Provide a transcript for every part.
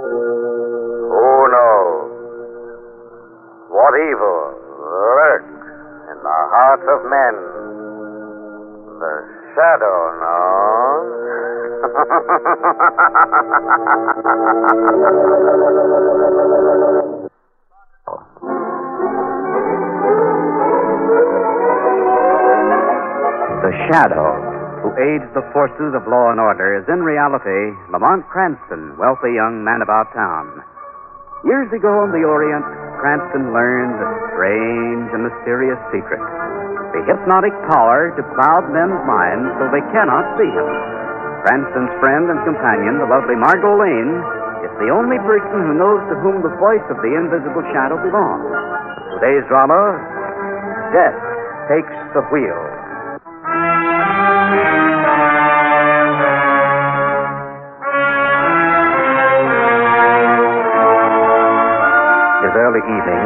Who knows what evil lurks in the hearts of men? The shadow knows. The shadow, who aids the forces of law and order, is in reality Lamont Cranston, wealthy young man about town. Years ago in the Orient, Cranston learned a strange and mysterious secret the hypnotic power to cloud men's minds so they cannot see him. Cranston's friend and companion, the lovely Margot Lane, is the only person who knows to whom the voice of the invisible shadow belongs. Today's drama Death Takes the Wheel. It is early evening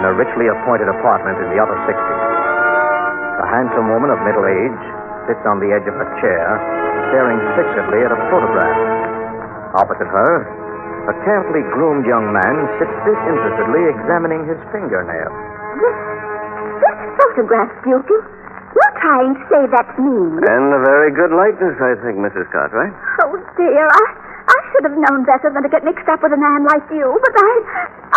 in a richly appointed apartment in the upper 60s. A handsome woman of middle age sits on the edge of a chair, staring fixedly at a photograph. Opposite her, a carefully groomed young man sits disinterestedly examining his fingernail. This, this photograph, Gilpin. You're trying to say that's me. And a very good likeness, I think, Mrs. Cartwright. Oh, dear. I, I should have known better than to get mixed up with a man like you. But I,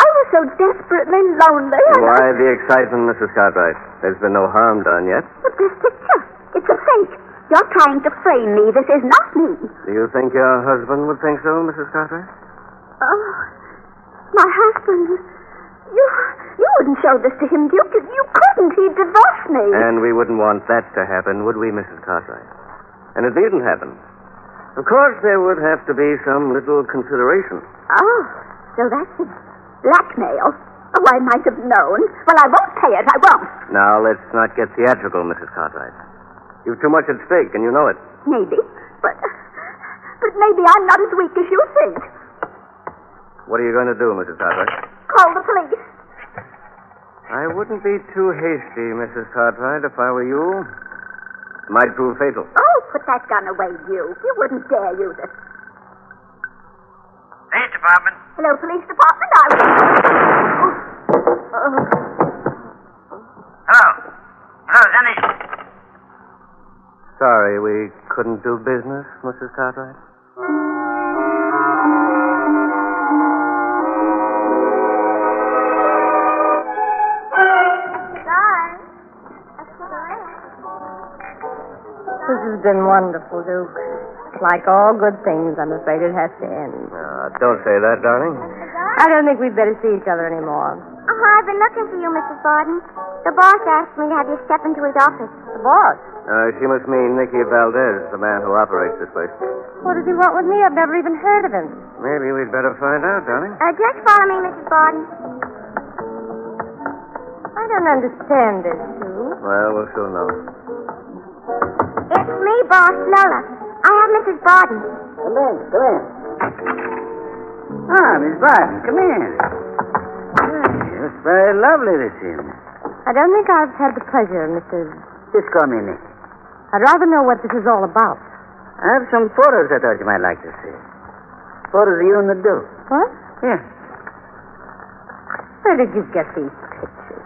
I was so desperately lonely. and I- Why the excitement, Mrs. Cartwright? There's been no harm done yet. But this picture, it's a fake. You're trying to frame me. This is not me. Do you think your husband would think so, Mrs. Cartwright? Oh, my husband. You, you wouldn't show this to him, Duke. You, you couldn't. He'd divorce me. And we wouldn't want that to happen, would we, Mrs. Cartwright? And it didn't happen. Of course, there would have to be some little consideration. Oh, so that's it. Blackmail. Oh, I might have known. Well, I won't pay it. I won't. Now, let's not get theatrical, Mrs. Cartwright. You've too much at stake, and you know it. Maybe. But but maybe I'm not as weak as you think. What are you going to do, Mrs. Cartwright? Call the police. I wouldn't be too hasty, Mrs. Cartwright, if I were you. It might prove fatal. Oh, put that gun away, you. You wouldn't dare use it. Police Department. Hello, police department. I was... Hello. Hello, is any... Sorry, we couldn't do business, Mrs. Cartwright. This has been wonderful, Duke. Like all good things, I'm afraid it has to end. Uh, don't say that, darling. I don't think we'd better see each other anymore. Oh, I've been looking for you, Mrs. Borden. The boss asked me to have you step into his office. The boss? Uh, she must mean Nicky Valdez, the man who operates this place. What does he want with me? I've never even heard of him. Maybe we'd better find out, darling. Uh, just follow me, Mrs. Borden. I don't understand this, Duke. Well, we'll soon know. It's me, boss, Lola. I have Mrs. Borden. Come in, come in. Ah, Miss Barton, come in. It's very lovely this evening. I don't think I've had the pleasure, Mr. Just call me Nick. I'd rather know what this is all about. I have some photos I thought you might like to see. Photos of you and the Duke. What? Yeah. Where did you get these pictures?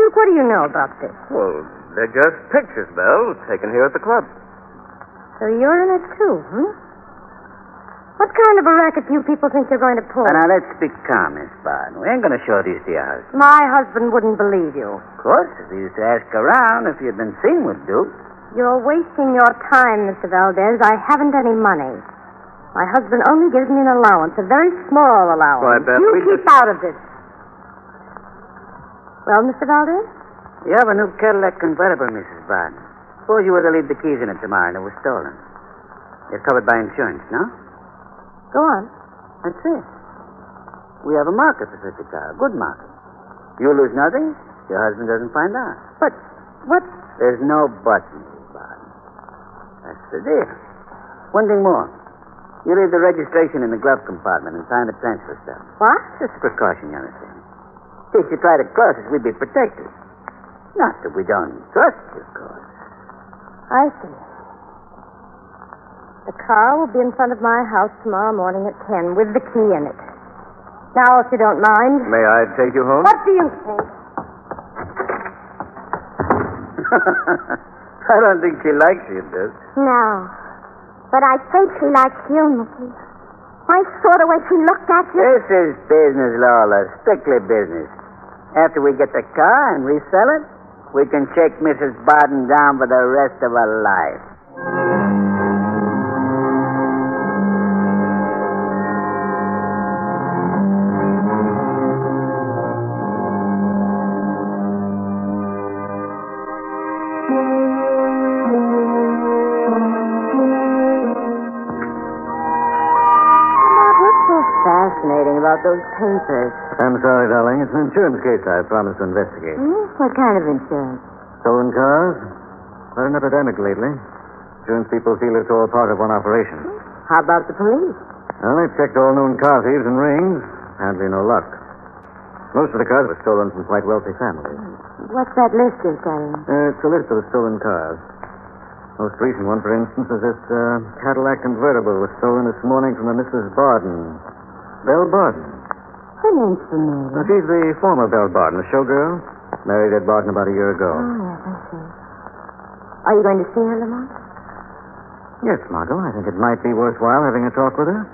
Duke, what do you know about this? Well, they're just pictures, Belle, taken here at the club. So you're in it too, hmm? What kind of a racket do you people think you're going to pull? Now, now, let's be calm, Miss Barton. We ain't going to show these to your husband. My husband wouldn't believe you. Of course, if he used to ask around if you'd been seen with Duke. You're wasting your time, Mr. Valdez. I haven't any money. My husband only gives me an allowance, a very small Why, allowance. Beth, you we keep out of this. Well, Mr. Valdez? You have a new Cadillac convertible, Mrs. Barton. Suppose you were to leave the keys in it tomorrow and it was stolen. It's covered by insurance, no? Go on. That's it. We have a market for such a cow, a good market. You lose nothing, your husband doesn't find out. But what? There's no but in this, Bob. That's the deal. One thing more. You leave the registration in the glove compartment and sign the transfer stuff. What? Just a precaution, you understand. In case you try to cross us, we'd be protected. Not that we don't trust you, of course. I see. The car will be in front of my house tomorrow morning at 10 with the key in it. Now, if you don't mind. May I take you home? What do you think? I don't think she likes you, Des. No. But I think she likes you, Mickey. I saw the way she looked at you. This is business, Lola. Strictly business. After we get the car and resell it, we can shake Mrs. Barton down for the rest of her life. Matt, what's so fascinating about those papers? I'm sorry, darling. It's an insurance case I promised to investigate. Hmm? What kind of insurance? Stolen cars? They're an epidemic lately. Insurance people feel it's all part of one operation. How about the police? Well, they've checked all known car thieves and rings. Hardly no luck. Most of the cars were stolen from quite wealthy families. What's that list you're saying? Uh, it's a list of the stolen cars. Most recent one, for instance, is this uh, Cadillac convertible was stolen this morning from a Mrs. Barden. Belle Barden. The name's familiar. Now, she's the former Belle Barden, the showgirl. Married Ed Barton about a year ago. Oh, yes, I see. Are you going to see her, Lamont? Yes, Margot, I think it might be worthwhile having a talk with her.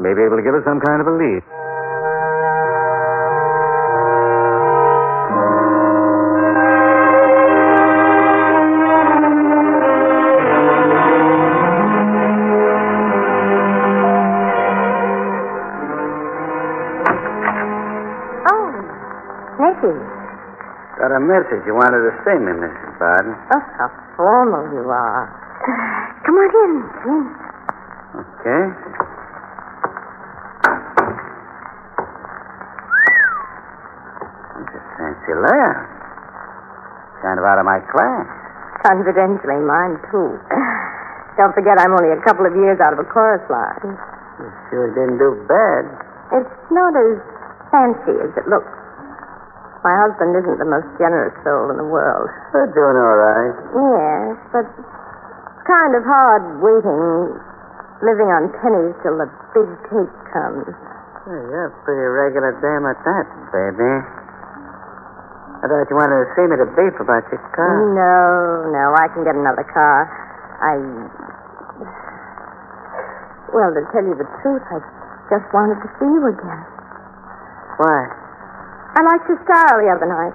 May be able to give us some kind of a lead. Oh, Nicky. Got a message you wanted to send me, Mrs. Barton. Oh, how formal you are. Come on in. Come in. Okay. It's a fancy layout. Kind of out of my class. Confidentially, eh, mine, too. Don't forget, I'm only a couple of years out of a chorus line. You sure didn't do bad. It's not as fancy as it looks. My husband isn't the most generous soul in the world. You're doing all right. Yes, but it's kind of hard waiting, living on pennies till the big cake comes. Well, you're a pretty regular dame at that, baby. I thought you wanted to see me to beef about your car. No, no, I can get another car. I. Well, to tell you the truth, I just wanted to see you again. Why? I liked your style the other night.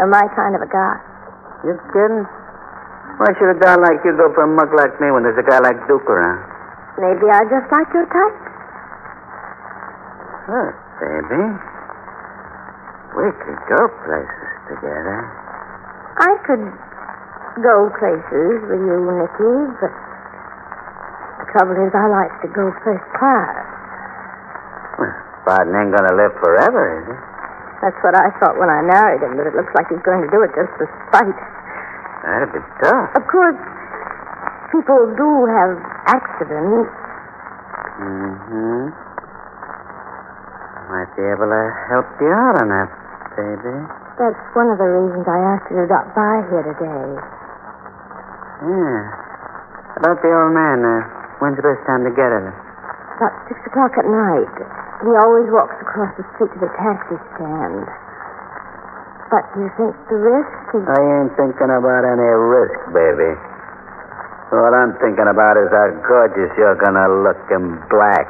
You're my kind of a guy. You kidding? Why should a guy like you go for a mug like me when there's a guy like Duke around? Maybe I just like your type. Look, baby. We could go places together. I could go places with you, Nicky, but the trouble is I like to go first class. Well, Barton ain't gonna live forever, is he? That's what I thought when I married him, but it looks like he's going to do it just for spite. That'd be tough. Of course, people do have accidents. Mm-hmm. Might be able to help you out on that, baby. That's one of the reasons I asked you to drop by here today. Yeah. About the old man, uh, when's the best time to get at him? About six o'clock at night. He always walks across the street to the taxi stand. But you think the risk is... I ain't thinking about any risk, baby. All I'm thinking about is how gorgeous you're gonna look in black.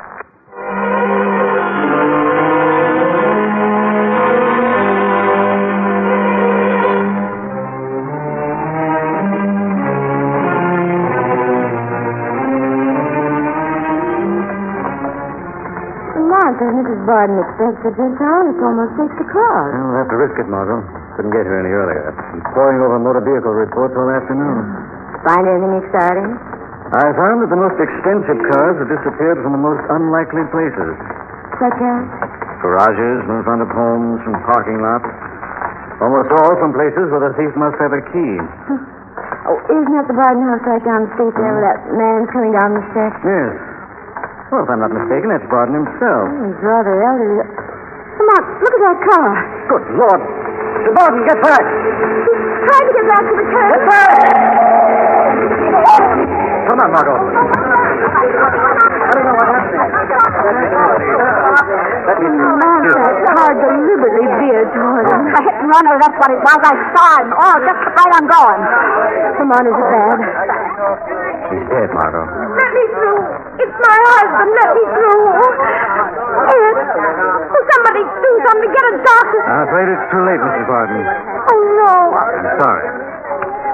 Lamont and Mrs. Barden expects that they're down. It's almost six o'clock. Well, we'll have to risk it, Margot. Couldn't get here any earlier. I'm poring over motor vehicle reports all afternoon. Find anything exciting? I found that the most expensive cars have disappeared from the most unlikely places. such as? Garages in front of homes and parking lots. Almost all from places where the thief must have a key. Oh, isn't that the Barton house right down the street there with that man coming down the steps? Yes. Well, if I'm not mistaken, that's Barton himself. He's rather elderly. Come on, look at that car. Good Lord. Mr. Barton, get back. He's trying to get back to the curb. Get back. Come on, Margot. I don't know what happened. Let me... The man in that car deliberately veered toward him. A hit and run, or that's what it was. I saw him. Oh, just right on going. Come on, is it bad? She's dead, Margot. Let me through. It's my husband. Let me through. Ed, will somebody do something? Get a doctor. I'm afraid it's too late, Mrs. Barton. Oh, no. I'm sorry.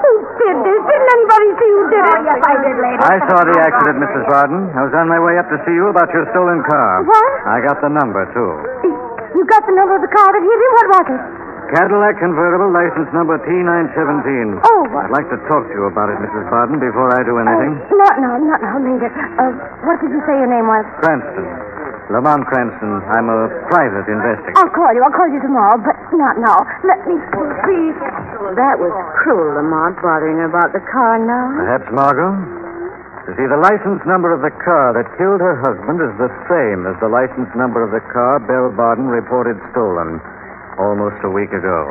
Who did this? Didn't anybody see who did it? yes, I did, lady. I saw the accident, Mrs. Barton. I was on my way up to see you about your stolen car. What? I got the number, too. You got the number of the car that hit him? What was it? Cadillac convertible, license number T917. Oh. I'd like to talk to you about it, Mrs. Barton, before I do anything. Not now, not now, Major. Uh, what did you say your name was? Cranston. Lamont Cranston. I'm a private investigator. I'll call you. I'll call you tomorrow, but not now. Let me through, please. That was cruel, Lamont, bothering her about the car now. Perhaps, Margot? You see, the license number of the car that killed her husband is the same as the license number of the car Belle Barden reported stolen almost a week ago.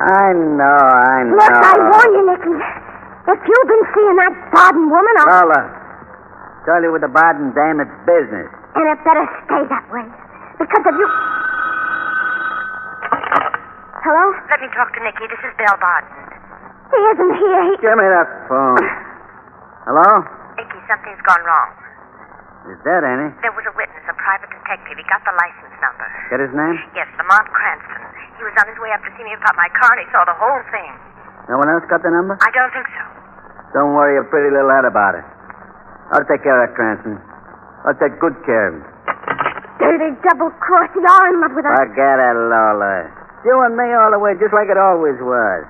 I know, I know. Look, I Uh. warn you, Nicky. If you've been seeing that Baden woman, I'll... Lola, tell you with the Barden dame, it's business. Uh. And it better stay that way. Because if you... Hello? Let me talk to Nicky. This is Belle Barton. He isn't here. He... Give me that phone. Hello? Nicky, something's gone wrong. Is that any? There was a witness, a private detective. He got the license number. Get his name? Yes, Lamont Cranston. He was on his way up to see me about my car, and he saw the whole thing. No one else got the number? I don't think so. Don't worry a pretty little head about it. I'll take care of that, Cranston. I'll take good care of him. Dirty double-cross. You're in love with us. Forget it, Lola. You and me all the way, just like it always was.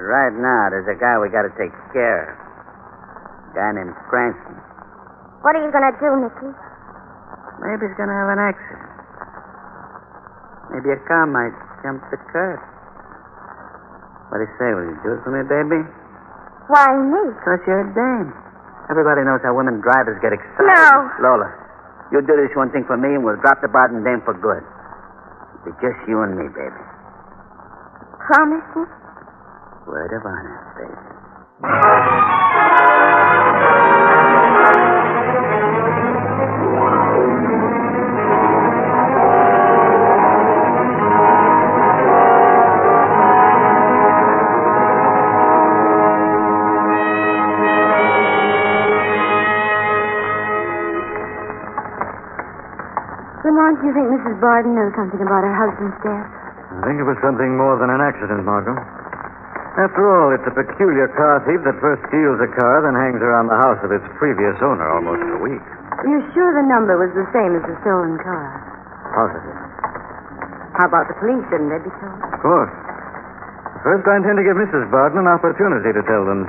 Right now, there's a guy we gotta take care of. A guy named Cranston. What are you going to do, Nicky? Maybe he's gonna have an accident. Maybe a car might jump the curb. What do you say? Will you do it for me, baby? Why me? Because you're a dame. Everybody knows how women drivers get excited. No. Lola, you do this one thing for me, and we'll drop the Barton dame for good. It'll be just you and me, baby. Promise me? Word of honor, baby. Lamont, do you think Mrs. Barden knows something about her husband's death? I think it was something more than an accident, Margot. After all, it's a peculiar car thief that first steals a car, then hangs around the house of its previous owner almost a week. You're sure the number was the same as the stolen car? Positive. How about the police? Shouldn't they be told? Of course. First, I intend to give Mrs. Barton an opportunity to tell them.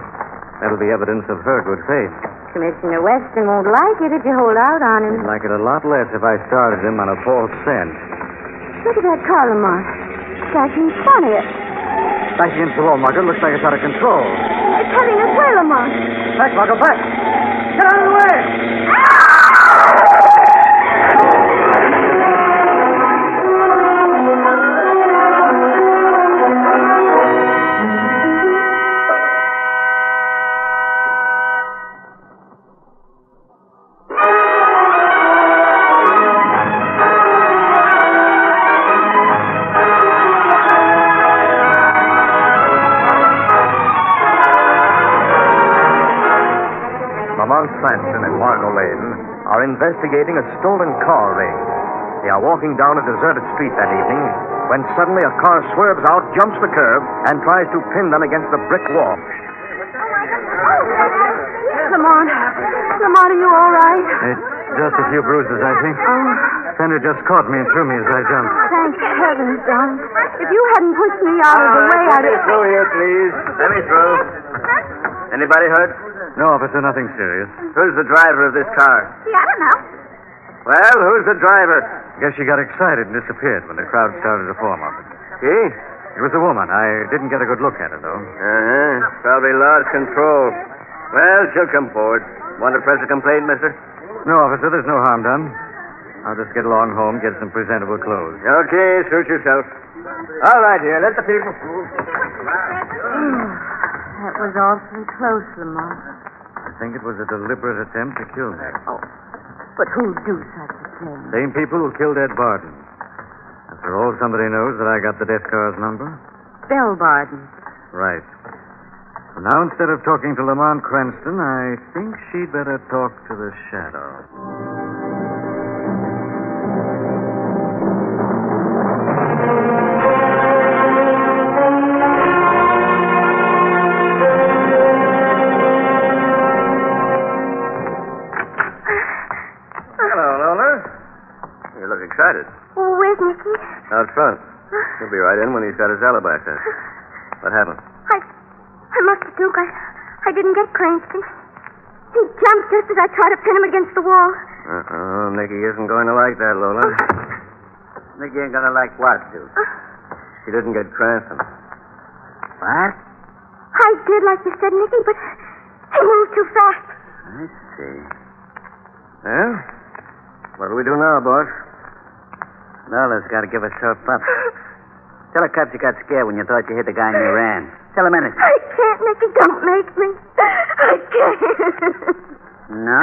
That'll be evidence of her good faith. Commissioner Weston won't like it if you hold out on him. He'd like it a lot less if I started him on a false scent. Look at that car, Lamont. It's acting funny. Back against the wall, Margot. Looks like it's out of control. It's heading us way, Lamont. Back, Margot, back. Get out of the way. Lamont Cranston and Margot Lane are investigating a stolen car ring. They are walking down a deserted street that evening when suddenly a car swerves out, jumps the curb, and tries to pin them against the brick wall. Lamont. Lamont, are you all right? It's just a few bruises, I think. Oh, Fender just caught me and threw me as I jumped. Thank heavens, John. If you hadn't pushed me out of the way, I'd have... Ah, through here, please. Let me through. Anybody hurt? No, officer, nothing serious. Who's the driver of this car? Gee, I don't know. Well, who's the driver? Guess she got excited and disappeared when the crowd started to form, officer. He? It was a woman. I didn't get a good look at her, though. Uh-huh. Probably lost control. Well, she'll come forward. Want to press a complaint, mister? No, officer, there's no harm done. I'll just get along home, get some presentable clothes. Okay, suit yourself. All right, here. Let the people through. That was awfully close, Lamont. I think it was a deliberate attempt to kill her. But who'd do such a thing? Same people who killed Ed Barton. After all, somebody knows that I got the death car's number. Bell Barden. Right. So now, instead of talking to Lamont Cranston, I think she'd better talk to the shadow. Hello, Lola. You look excited. Oh, where's Nicky? Out front. He'll be right in when he's got his alibi set. What happened? I, I must have Duke. I, I didn't get Cranston. He jumped just as I tried to pin him against the wall. Uh-oh, Nicky isn't going to like that, Lola. Nicky ain't going to like what, Duke? She didn't get Cranston. What? I did, like you said, Nicky, but he moved too fast. I see. Well, what do we do now, boss? Lola's got to give herself up. Tell the cops you got scared when you thought you hit the guy and you ran. Tell him anything. I can't, Nicky. Don't make me. I can't. No?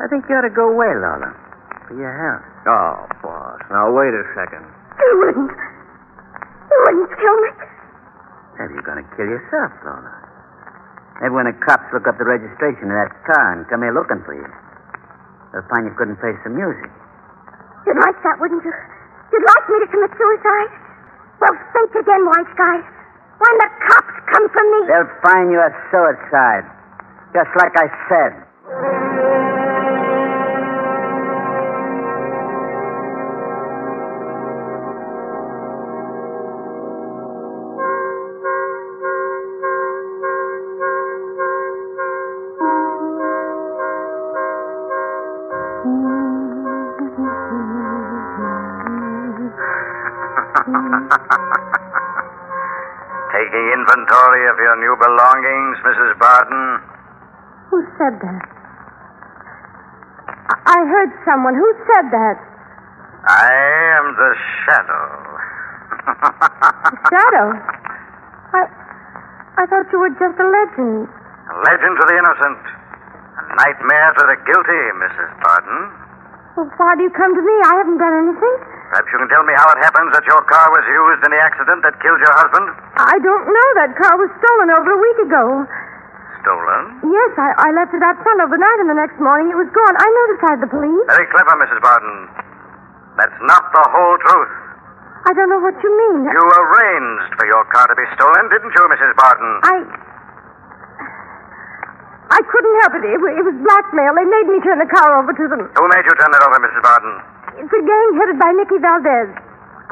I think you ought to go away, Lola. For your health. Oh, boss. Now, wait a second. You wouldn't. You wouldn't kill me. Maybe you're going to kill yourself, Lola. Maybe when the cops look up the registration of that car and come here looking for you, they'll find you couldn't face the music. You'd like that, wouldn't you? You'd like me to commit suicide? Well, think again, White Sky. When the cops come for me. They'll find you a suicide. Just like I said. Taking inventory of your new belongings, Mrs. Barton. Who said that? I- I heard someone. Who said that? I am the shadow. Shadow? I... I thought you were just a legend. A legend to the innocent. A nightmare to the guilty, Mrs. Barton. Well, why do you come to me? I haven't done anything. Perhaps you can tell me how it happens that your car was used in the accident that killed your husband? I don't know. That car was stolen over a week ago. Stolen. Yes, I, I left it out front overnight, and the next morning it was gone. I notified the police. Very clever, Mrs. Barton. That's not the whole truth. I don't know what you mean. You arranged for your car to be stolen, didn't you, Mrs. Barton? I. I couldn't help it. It, wa- it was blackmail. They made me turn the car over to them. Who made you turn it over, Mrs. Barton? It's a gang headed by Nicky Valdez.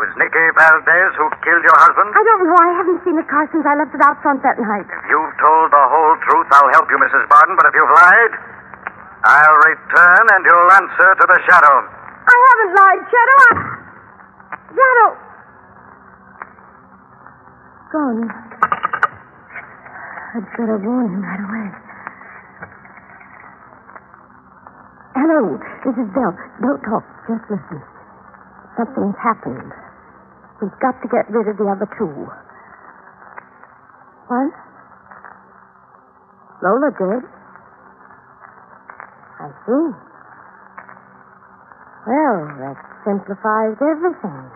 Was Nicky Valdez who killed your husband? I don't know. I haven't seen the car since I left it out front that night. If you've told the whole truth, I'll help you, Mrs. Barton, but if you've lied, I'll return and you'll answer to the shadow. I haven't lied, Shadow. I... Shadow. Gone. I'd better warn him right away. Hello, this is Bell. Don't talk. Just listen. Something's happened. We've got to get rid of the other two. What? Lola did. I see. Well, that simplifies everything.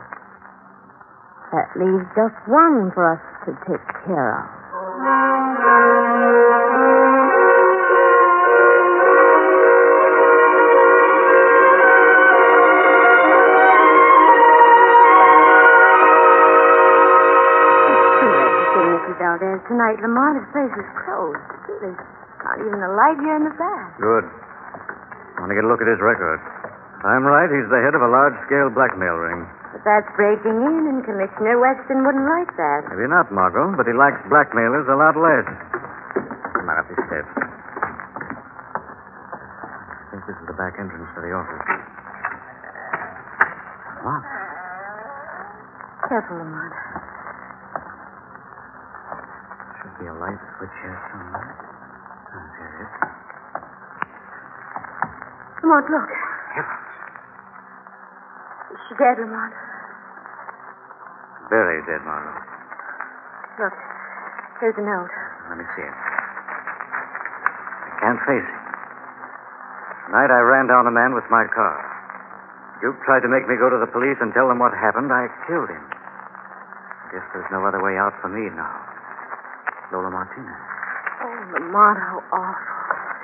That leaves just one for us to take care of. It's too late to see Nicky Valdez tonight. Lamont, his place is closed. There's not even a light here in the back. Good. Want to get a look at his record. If I'm right, he's the head of a large scale blackmail ring. But that's breaking in, and Commissioner Weston wouldn't like that. Maybe not, Margot, but he likes blackmailers a lot less. Come on up these steps. I think this is the back entrance to the office. Locked. Careful, Lamont. Should be a light switch here somewhere. Oh, here it is. Lamont, look. Heavens. Is she dead, Lamont? Very dead, Margot. Look. Here's a note. Let me see it. I can't face it. Tonight I ran down a man with my car. Duke tried to make me go to the police and tell them what happened. I killed him. I guess there's no other way out for me now. Lola Martinez. Oh, Lamont, how awful.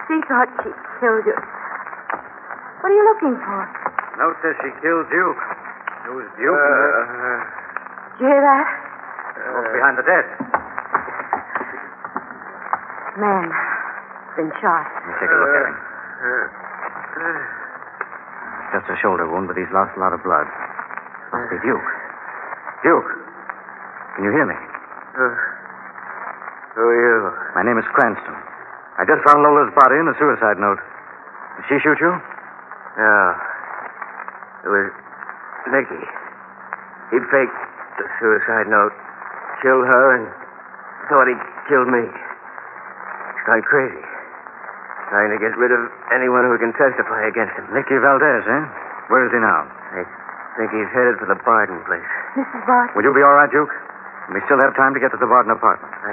She thought she killed you. What are you looking for? Note says she killed Duke. It was Duke. Did you hear that? uh, behind the desk. Man. Been shot. Let me take a look at him. It's just a shoulder wound, but he's lost a lot of blood. Must be Duke. Duke, can you hear me? Who are you? My name is Cranston. I just found Lola's body and a suicide note. Did she shoot you? Yeah. It was Nicky. He faked the suicide note, killed her, and thought he'd killed me. He's gone crazy. Trying to get rid of anyone who can testify against him. Nicky Valdez, eh? Where is he now? I think he's headed for the Barden place. Mrs. Barton. Will you be all right, Duke? We still have time to get to the Barden apartment. I,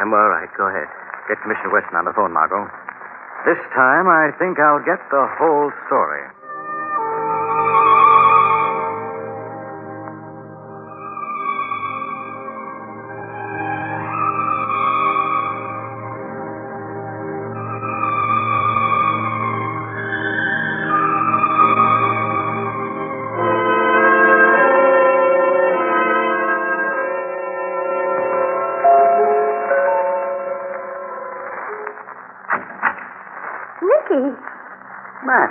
I'm all right. Go ahead. Get Commissioner Weston on the phone, Margot. This time, I think I'll get the whole story. Nicky. Matt,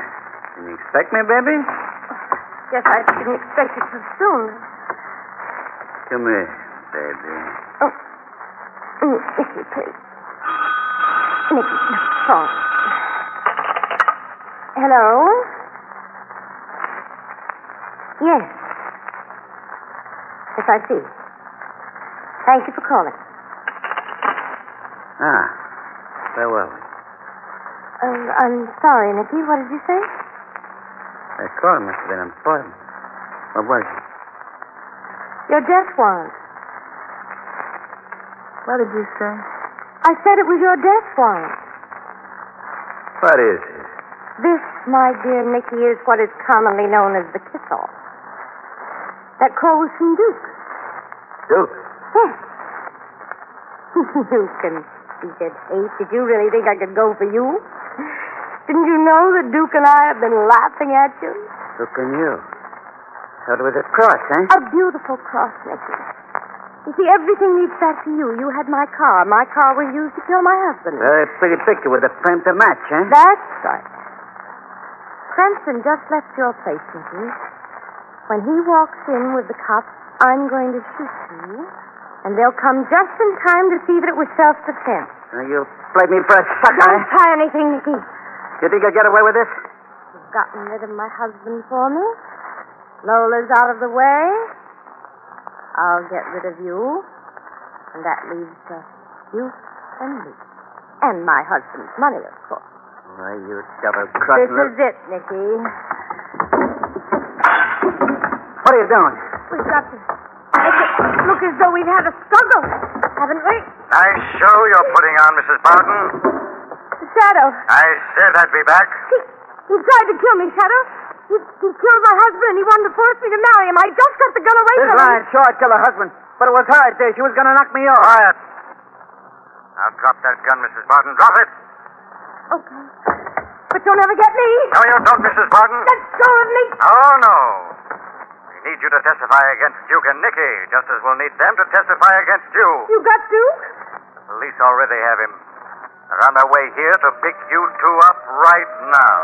didn't you expect me, baby? Yes, I didn't expect it so soon. Come here, baby. Oh. Mm, Nicky, please. Nicky, no, phone. Hello? Yes. Yes, I see. Thank you for calling. Ah, farewell. Um, I'm sorry, Nicky. What did you say? That call must have been important. What was it? Your death warrant. What did you say? I said it was your death warrant. What is it? This, my dear Nicky, is what is commonly known as the kiss-off. That call was from Duke. Duke. Yes. you can speak at eight. Did you really think I could go for you? Didn't you know that Duke and I have been laughing at you? Look on you. Thought it was a cross, eh? A beautiful cross, Nicky. You see, everything leads back to you. You had my car. My car was used to kill my husband. Very pretty picture with a frame to match, eh? That's right. Cranston just left your place, Nicky. When he walks in with the cops, I'm going to shoot you, and they'll come just in time to see that it was self-defense. Now you played me for a sucker, Don't eh? try anything, Nicky. You You've think you'll get away with this? gotten rid of my husband for me. Lola's out of the way. I'll get rid of you, and that leaves just you and me, and my husband's money, of course. Why, you double This crossing is it, Nicky. What are you doing? We've got to make it look as though we've had a struggle, haven't we? Nice show you're putting on, Mrs. Barton. The shadow. I said I'd be back. He, he tried to kill me, Shadow. He, he killed my husband and he wanted to force me to marry him. I just got the gun away This from line, him. sure, I'd kill her husband. But it was her idea. She was going to knock me off. Quiet. Now drop that gun, Mrs. Barton. Drop it. Okay. But you'll never get me. No, you don't, Mrs. Barton. Let go of me. Oh, no. We need you to testify against Duke and Nicky, just as we'll need them to testify against you. You got to? Police already have him. They're on their way here to pick you two up right now.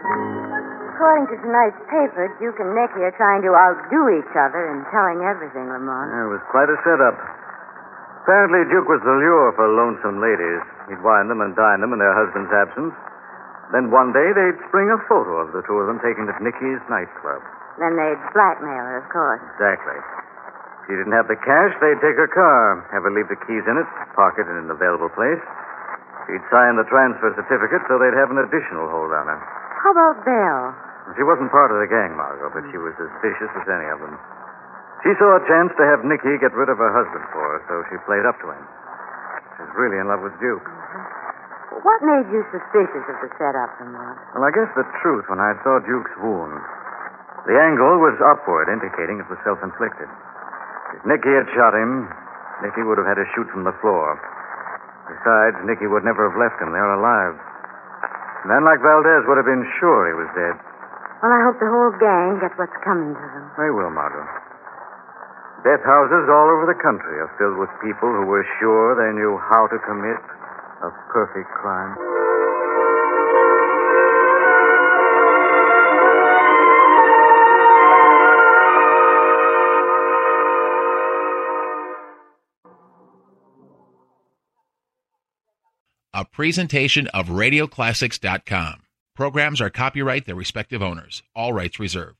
According to tonight's paper, Duke and Nicky are trying to outdo each other in telling everything, Lamont. Yeah, it was quite a setup. Apparently, Duke was the lure for lonesome ladies. He'd wine them and dine them in their husband's absence. Then one day they'd spring a photo of the two of them taken at Nicky's nightclub. Then they'd blackmail her, of course. Exactly. If she didn't have the cash, they'd take her car, have her leave the keys in it, pocket in an available place. She'd sign the transfer certificate so they'd have an additional hold on her. How about Belle? She wasn't part of the gang, Margot, but she was as vicious as any of them. She saw a chance to have Nicky get rid of her husband for her, so she played up to him. She's really in love with Duke. What made you suspicious of the setup, Lamont? Well, I guess the truth when I saw Duke's wound. The angle was upward, indicating it was self inflicted. If Nicky had shot him, Nicky would have had to shoot from the floor. Besides, Nicky would never have left him there alive. A man like Valdez would have been sure he was dead. Well, I hope the whole gang get what's coming to them. They will, Margot. Death houses all over the country are filled with people who were sure they knew how to commit a perfect crime. A presentation of RadioClassics.com. Programs are copyright their respective owners, all rights reserved.